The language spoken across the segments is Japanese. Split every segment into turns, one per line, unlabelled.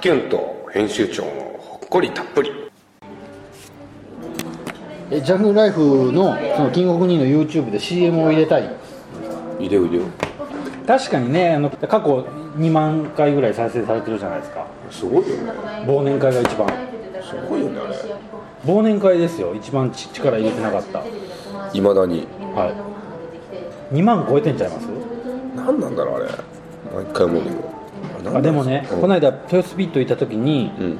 キュンと編集長のほっこりたっぷり
えジャングルライフのそのキングオブニーの YouTube で CM を入れたい
いでよいでよ
確かにねあの過去2万回ぐらい再生されてるじゃないですか
すごいよね
忘年会が一番
すごいよねあれ
忘年会ですよ一番ち力入れてなかった
いまだに
はい2万超えてんちゃいます
何なんだろうあれ毎回思うけどあれなんだろう
あでもね、
うん
この間豊洲ビット行った時に
うん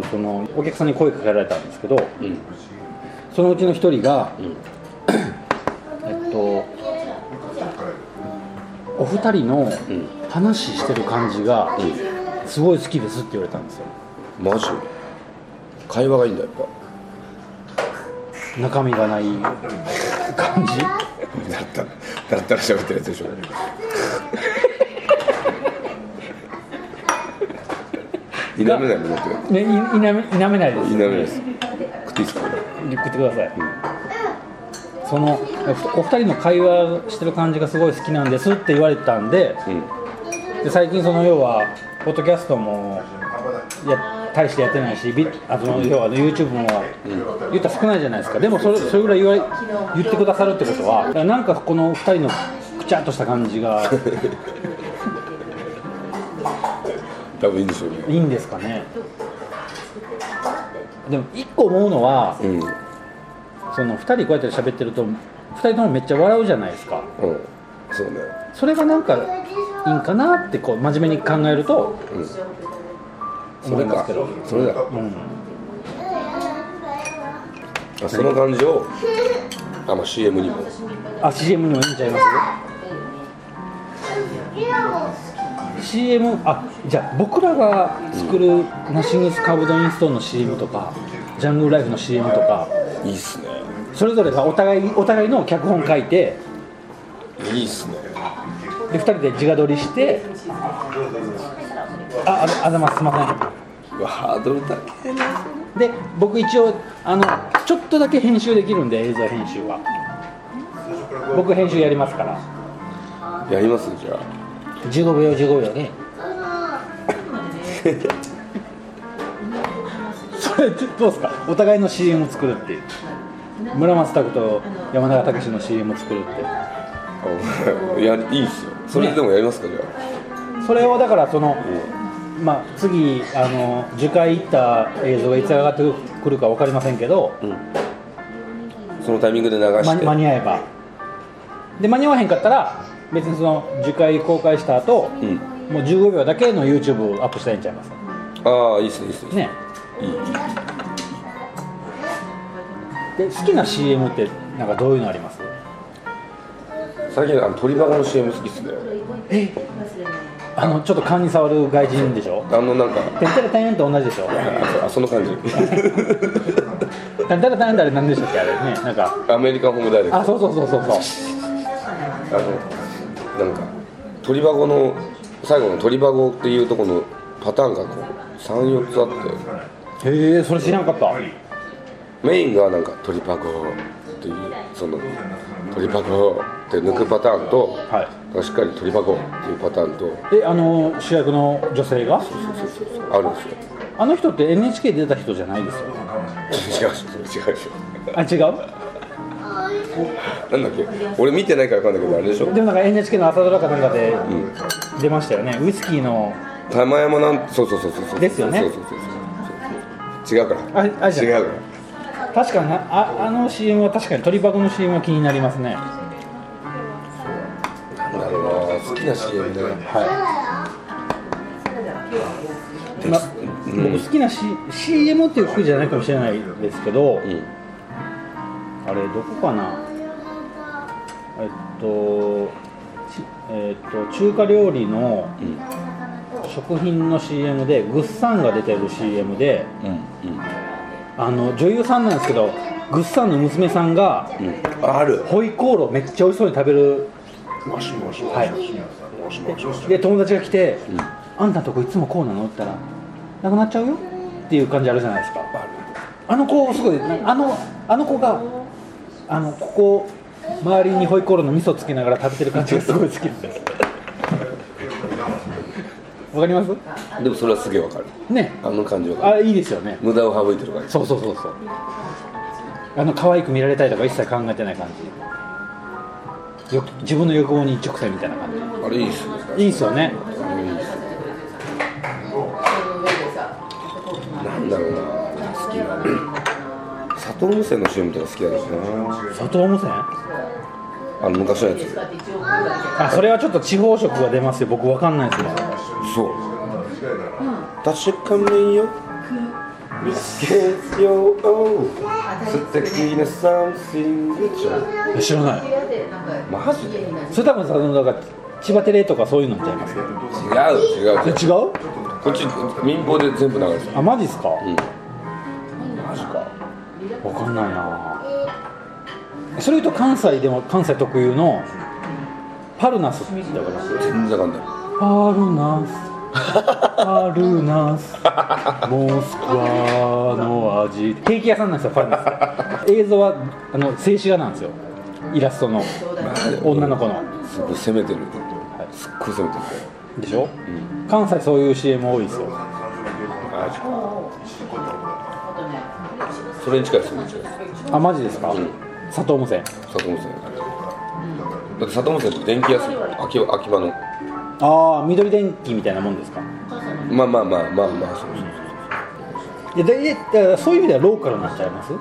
僕そのお客さんに声かけられたんですけど
うん
そのうちの一人が、
ん
えっとお二人の
ん
話してる感じがすごい好きですって言われたんですよ
マジ会話がいいんだやっ
中身がない感じ
ぱだったらだったら喋ってるやつでしょ否めないものってる
ね、い否め否めないです
否めないです食っていいですか
食ってください、そのお二人の会話してる感じがすごい好きなんですって言われたんで
うん
で最近その要はポッドキャストもや大してやってないしビあと要は YouTube も言ったら少ないじゃないですかでもそれそれぐらい言われ言ってくださるってことはだからなんかこの二人のくちゃっとした感じが
多分いいんでしょうね
いいんですかねでも一個思うのは
うん
その2人こうやって喋ってると2人ともめっちゃ笑うじゃないですか
うんそうね
それがなんかいいんかなってこう真面目に考えると
それ
思いま
か
すけど
それだ
うん
あその感じをあ、まあ、CM にも
あ CM にもいいんちゃいます CM あじゃあ僕らが作るナッシングスカブドインストーンの CM とかジャングルライフの CM とか
いいっすね
それぞれがお互いお互いの脚本書いて
いいっすね
で2人で自画撮りしてあああざますすいません
うわハードル高いな
で僕一応あのちょっとだけ編集できるんで映像編集は僕編集やりますから
やりますじゃ
15秒15秒ね それってどうですかお互いの CM を作るっていう村松拓と山中武の CM を作るって
ああいやいいっすよそれでもやりますかじゃ
それをだからその、まあ、次あの受回行った映像がいつ上がってくるか分かりませんけど、
あそのタイミングで流
間
し
に
て
間に合えばで間に合わへんかったら別にその受回公開した後、
うん
もう15秒だけの YouTube をアップしたらいいんちゃいます
ああいいっすねいいっすね
ね
いいいい
で好きな CM ってなんかどういうのあります
最近あの鳥箱の CM 好きっすね
あのちょっと勘に触る外人でしょ
あのなんか
てんてらてんと同じでしょ
ああその 感じ
てんてらてんってあれ何でしたっけあれねなんか
アメリカンホームダイレクト
あそうそうそうそうそう
あのなんか鳥箱の最後の鳥箱っていうところのパターンがこう34つあっ
へえそれ知らんかった
てメインがなんか鳥箱っていうその鳥箱って抜くパターンと、
はい
しっかり鳥箱っていうパターンと
えあの主役の女性が
あるんですよ
あの人って NHK 出た人じゃないですよね
違うし違うし
あ違う
なんだっけ俺見てないから分かんないけどあれでしょ
でもなんか NHK の朝ドラかなんかで出ましたよね、ウイスキーの
玉山なんそうそうそうそうそう
ですよね
そうそうそうそうそう違うから
ああれじゃない
違うから
確かになああの CM は確かに鳥箱の CM は気になりますね
なんだろうな好きな CM ね
はま僕好きな、C、CM っていう服じゃないかもしれないですけ
ん
ど、あれどこかなえっとちえっと中華料理の
ん
食品の CM でグッサンが出てる CM で、
うん
あの女優さんなんですけどグッサンの娘さんが
うんある
ホイコーローめっちゃ美味しそうに食べる
もしもし、
はい
もしもし、もしもし
で友達が来て、あんたのとこいつもこうなの?」って言ったら「なくなっちゃうよ」っていう感じあるじゃないですかあの子すごいあのあの子があのここ周りにホイコーローの味噌つけながら食べてる感じがすごい好きなんですわかります
でもそれはすげえわかる
ね
あの感じは
あいいですよね
無駄を省いてるから
そうそうそうそうあの可愛く見られたいとか一切考えてない感じよ自分の欲望に一直線みたいな感
あれいいっすね
じいいっすよね
なんだろうな好きな里温泉の CM とか好きだしな
外温泉
あの昔のやつ
あそれはちょっと地方色が出ますよ僕わかんないですよ
そう確かによ見つけよう素敵なサンシングちゃん
知らない
マジで違う
それ多分さあのだから千葉テレとかそういうのちゃいます
違う違う
え違う
こっち民放で全部流れてる
あマジっすかわ
うん
マジか
かんないなそれ言うと関西でも関西特有のパルナスってわかります
全然わかんな
パルナスパルナスモスクワの味ケーキ屋さんなんですよパルナス映像はあの静止画なんですよイラストの女の子の
いすごい攻めてるすっごい攻めてる
でしょ、関西そういう CM 多いですよ
それに近いですそれに近いです
あマジですか、
ん
佐藤温泉
里温泉だって里温泉って電気屋さん秋葉秋葉の
ああ緑電気みたいなもんですか
まあまあまあまあまあそうそうそう
いやでいやだからそういう意味ではローカルになっちゃいます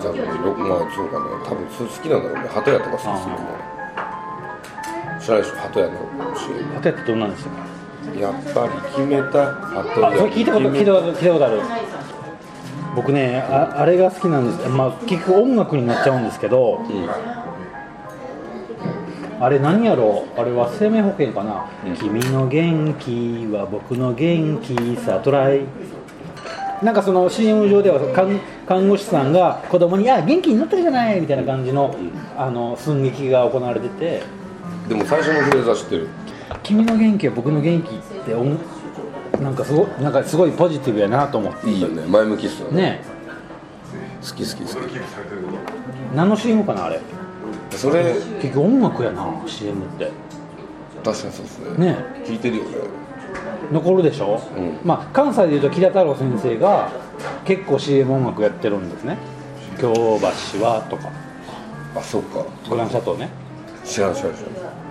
じゃあろまあそうかな多分それ好きなんだろうね鳩屋とか好きですよね知らないでしょ鳩屋の CM
パテってどんなんですよ
やっぱり決めた鳩屋
あそれ聞いたこと聞いた
こ
こと聞いたことある僕ねああれが好きなんですまあ結局音楽になっちゃうんですけど、あれ何やろうあれは生命保険かな、君の元気は僕の元気さトライなんかその CM 上では看看護師さんが子供に「あ元気になったじゃない」みたいな感じのあの寸劇が行われてて
でも最初のフレーズは知ってる
「君の元気は僕の元気」って音なんかすごなんかすごいポジティブやなと思って
いいよね前向きっすよね
ね
好き好き好
何の CM かなあれ
きそれ
結局音楽やな CM って
確かにそうっすね
ね
聞いてるよね
残るでしょ、
うん
まあ関西でいうと木田太郎先生が結構 CM 音楽やってるんですね「京橋は」とか
あそっか
「グランシャトーね」
知らん知らん知らん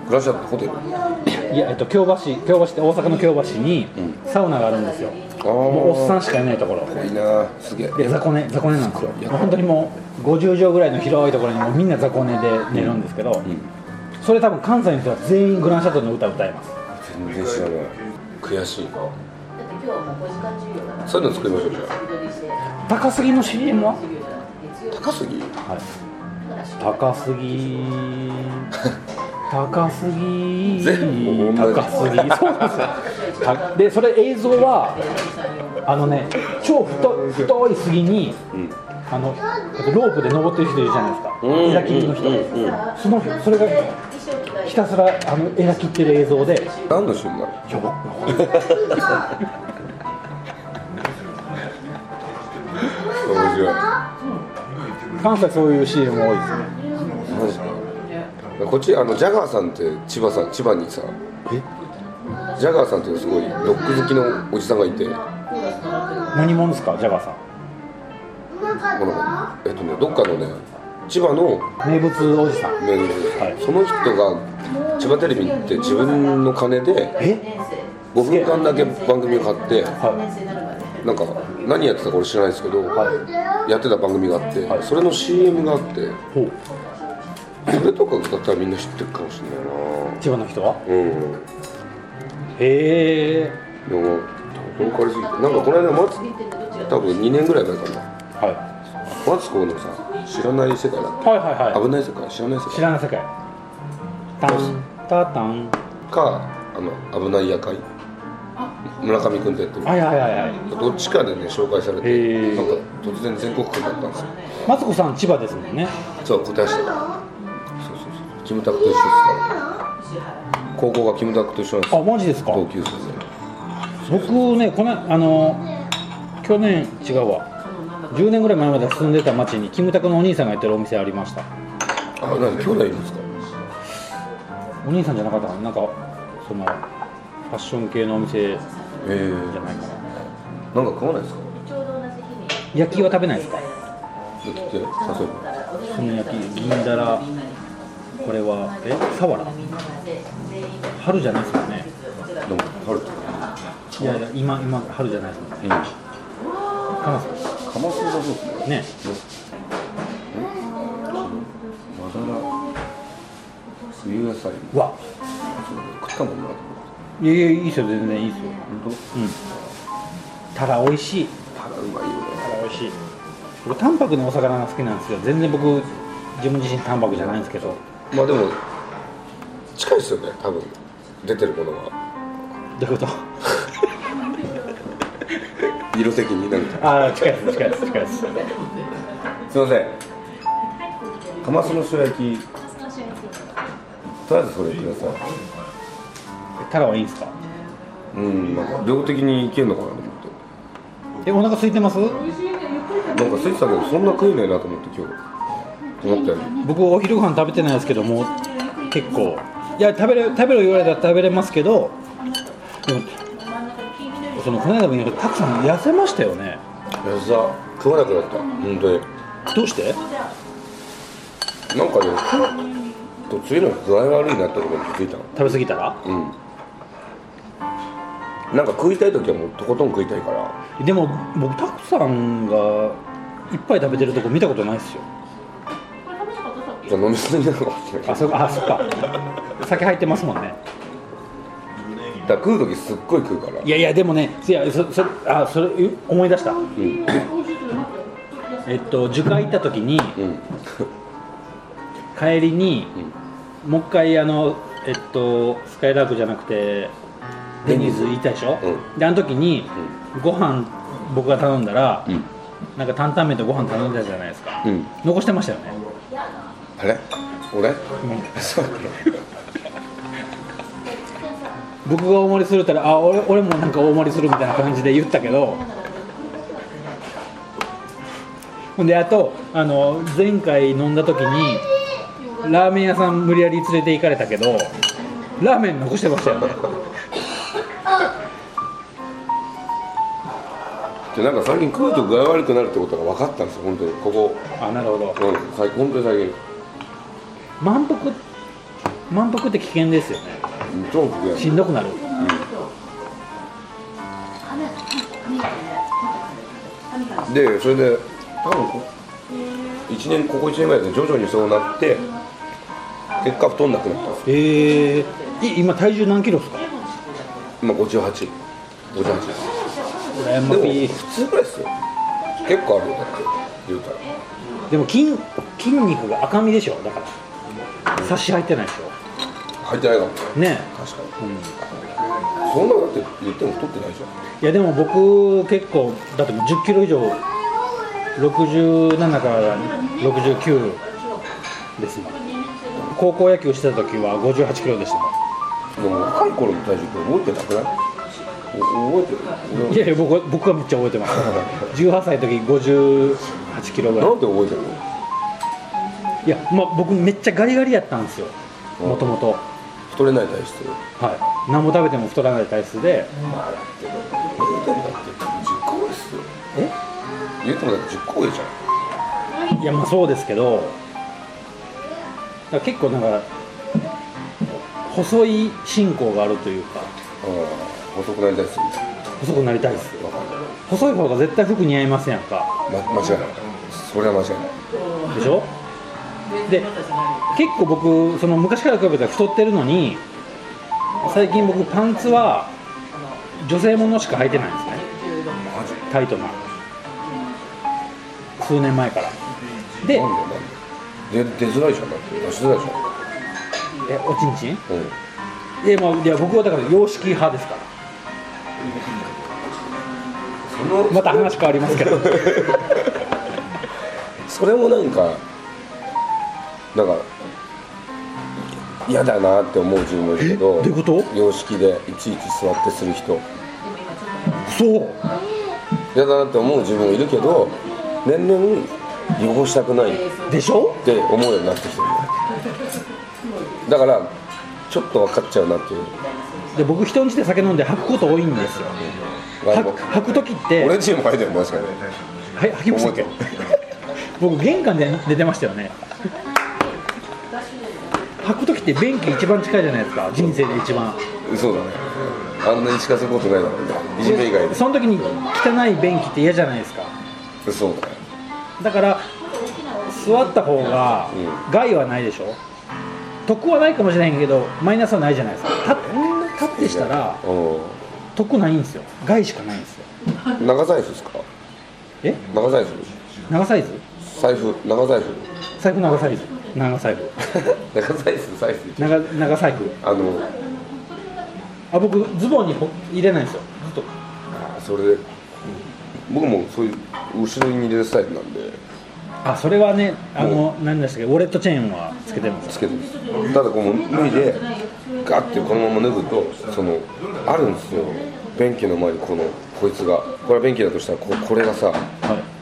暮らしだってホテル
いや、えっと、京橋京橋って大阪の京橋にサウナがあるんですよ、もうおっさんしかいないところ
いいなすげえ
で雑魚寝雑魚寝なんですよもう本当にもう50畳ぐらいの広いところにもうみんな雑魚寝で寝るんですけど、それ多分関西の人は全員グランシャトーの歌歌います
全然知らない悔しいそういうの作りましょうじゃ
高杉の CM は
あ高杉
はい、高すぎ高すぎ
全部同じ
高すぎそうなんですよたでそれ映像はあのね超太太い杉に、あのロープで登ってる人いるじゃないですか、
うん
エラ切りの人、
うんうん
そのそれがひたすらあのエラ切ってる映像で
何の旬なの面白い
関西そういう CM 多いですね
こっちあのジャガーさんって千葉さん千葉にさジャガーさんっていうすごいロック好きのおじさんがいてこ
何者ですかジャガーさ
のえっとねどっかのね千葉の
ん名物おじさん
メール
はい
その人が千葉テレビに行って自分の金で
え
5分間だけ番組を買って
は
なんか何やってたか俺知らないですけど、やってた番組があって、それの CM があって
いほう
それとかだったらみんな知ってるかもしれな
千葉の人はい
なうん
へえ
でもローカルすぎてなんかこの間マツ多分2年ぐらい前かな
はい
マツコのさ知らない世界だっ
はいはい
け
は
危ない世界知らない世
い。知
界
らない世界。タンタタン。
かあの危ない夜会村上君とやってる
はいはいはいはい。
どっちかでね紹介され
へ
て
ー
なんか突然全国区になったんですよ
マツコさん千葉ですもんね。
そう答えしたそうそうそうキムタクと一緒ですから高校がキムタクと一緒なんです
あ
よ
マジですか。
同級生で
僕ねこのあの去年違うわ。10年ぐらい前まで住んでた町にキムタクのお兄さんがやってるお店ありました
あ何兄弟いるんですか
お兄さんじゃなかったかななんかそのァッション系のお店じ
ええ
ゃないかな
なんか買わないですか
焼きは食べないですか
だって誘えば
炭焼き銀だらこれはえサワラ春じゃないですもんね
でも春とか
いやいや今今春じゃないですもんね
変
かなさん
かますだそうですね
ね
まだら冬野菜も
うわ
食ったもんなと思って
いやいやいいですよ全然いいですよ
本
うんただ美味しい
当ただうまいよね
美味しい僕淡白のお魚が好きなんですよ全然僕自分自身淡白じゃないんですけど
まあでも近いですよね多分出てるものは
どういうこと
色的になんか
ああ近いです近いです近いです
すいませんかますの塩焼きとりあえずそれください
タラはいいんですか
うんなんか量的にいけるのかなと思って
えお腹空いてます
なんかスイッチだけどそんな食えないなと思って今日思ったより
僕お昼ご飯食べてないですけども結構いや食べれ食べろ言われたら食べれますけどでもそのこの間も言いましたけどたくさん痩せましたよね
安田食わなくなった本当に
どうして
なんかねこう次の具合悪いなってことに気づいたの
食べ過ぎたら
うんなんか食いたい時はもうとことん食いたいから
でも僕たくさんがいっぱい食べてるとこ見たことないですよ
じゃあ飲みすぎなのかもしれない
あそあそっか酒入ってますもんね
だから食う時すっごい食うから
いやいやでもねいやそそあそれ思い出した、えっと樹海行った時に、
ん
帰りに、もう一回あのえっとスカイラークじゃなくてデニーズ行ったでしょ、であの時に、ご飯僕が頼んだら、なんか担々麺とご飯頼んだじゃないですか、
うん
残してましたよね
あれ俺
僕が大盛りするったらあ俺俺もなんか大盛りするみたいな感じで言ったけどほんであとあの前回飲んだ時にラーメン屋さん無理やり連れて行かれたけどラーメン残してましたよね
じゃあなんか最近食うと具合悪くなるってことが分かったんですよ本当にここ
あなるほど
うん最本当に最近
満腹満腹って危険ですよね
超服や
しんどくなる
でそれで多分こ1年ここ1年ぐらいで徐々にそうなって結果太んなくなったんです
ええい今体重何キロですか
今5858です
羨ま
でも
しい
普通ぐらいですよ結構あるよだって言うたら
でも筋筋肉が赤身でしょだから差し入ってないでし
入ってないかもね
ょねえ
確かに、そんなのだって言っても太ってないじゃん
いやでも僕結構だって1 0キロ以上67から69ですもん高校野球してた時は58キロでした
で
も
も若い頃の体重って覚えてなくないお覚えてる
んいやいや僕は僕はめっちゃ覚えてます18歳の時58キロぐ
俺
らい
なんで覚えてるの
いやまあ僕めっちゃガリガリやったんですよもともと
太れない体質
はい何も食べても太らない体質で
言うてもだって10個上ですよ
え
言うてもだって10個上じゃん
いやまあそうですけどだから結構なんか細い進行があるというか
うん細くなりたいですよね
細くなりたいです
わかんない
細い方が絶対服似合いませんやんか
ま、間違いないそれは間違いない
でしょで結構僕その昔から比べたら太ってるのに最近僕パンツは女性ものしか履いてないんですねタイトな数年前からで
なんでなんで出出づらいじゃんだって出しづらいじ
えおちんちん
ゃん、うん、
いや,、まあ、いや僕はだから洋式派ですから
その
また話変わります けど
それもなんかなんか嫌だなって思う自分もいるけど
えどういうこと
様式でいちいち座ってする人
そう
嫌だなって思う自分もいるけど年々汚したくない
でしょ
って思うようになってきてるだからちょっと分かっちゃうなっていう
で僕人んちで酒飲んで吐くこと多いんですよ
ワイ
吐
ボ
く吐く時って
俺チーム書いてるもん確かに
はい吐きましたっけ
覚
僕玄関で寝てましたよね吐く時って便器一番近いじゃないですか人生で一番
そうだねあんなに近づくことないだろうねいじめ以外で
その時に汚い便器って嫌じゃないですか
そうだね
だから座った方が
う
害はないでしょ得はないかもしれないけどマイナスはないじゃないですか立立ってしたら
う
得ないんですよ害しかないんですよ
ん長財布ですか
え
長財布
長サイズ
財布長財布
財布長サイズ長財布
長財布財布
長長財布
あの
あ僕ズボンにほ入れないんですよずっと
あそれで僕もそういう後ろに入れるスタイルなんで
あそれはねあの何でしたっけウォレットチェーンはつけてるんです
つ
よ
けてますただこう脱いでガッてこのまま脱ぐとそのあるんですよ便器の前にこのこいつがこれは便器だとしたらここれがさ
はい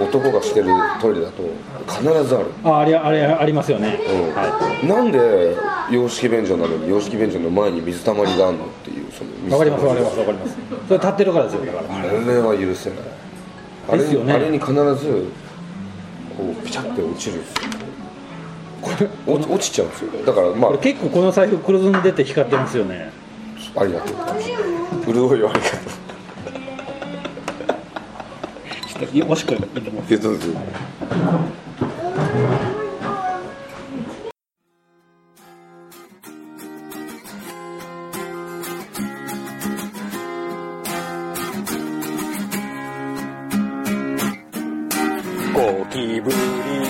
男がしてるトイレだと必ずある
ああれあれありますよね、
うん
は
なんで洋式便所なのに洋式便所の前に水たまりがあるのっていうその
い
水
わかりますわ
た
かり
り
ますわかりますそれ立ってるからですよだから
あれは許せないあれ
ですよ
に
ね
あれに必ずこうピチャって落ちるんですよこれ落ち落ちちゃうんですよだからまあ
これ結構この財布黒ずんでて光ってますよね
ありがとう潤いをありがとう
おしっこ入れてます
いやどうぞ
ゴキブリ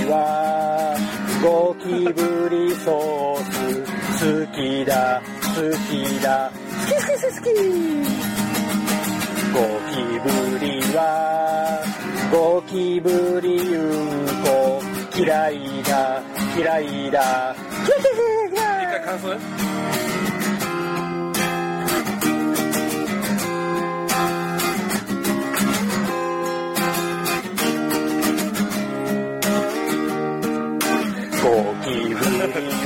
はゴキブリソース好きだ好きだ好き好き好き好きゴキブリはゴキブリうんこ嫌いだ嫌い だゴキブリ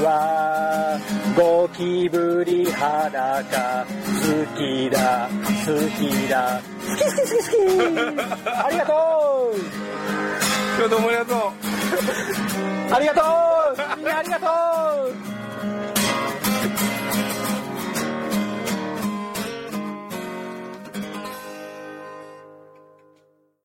はゴキブリ裸好きだ好きだ好き好き好き好きありがとう今日どうもありがとうありがとうありがとう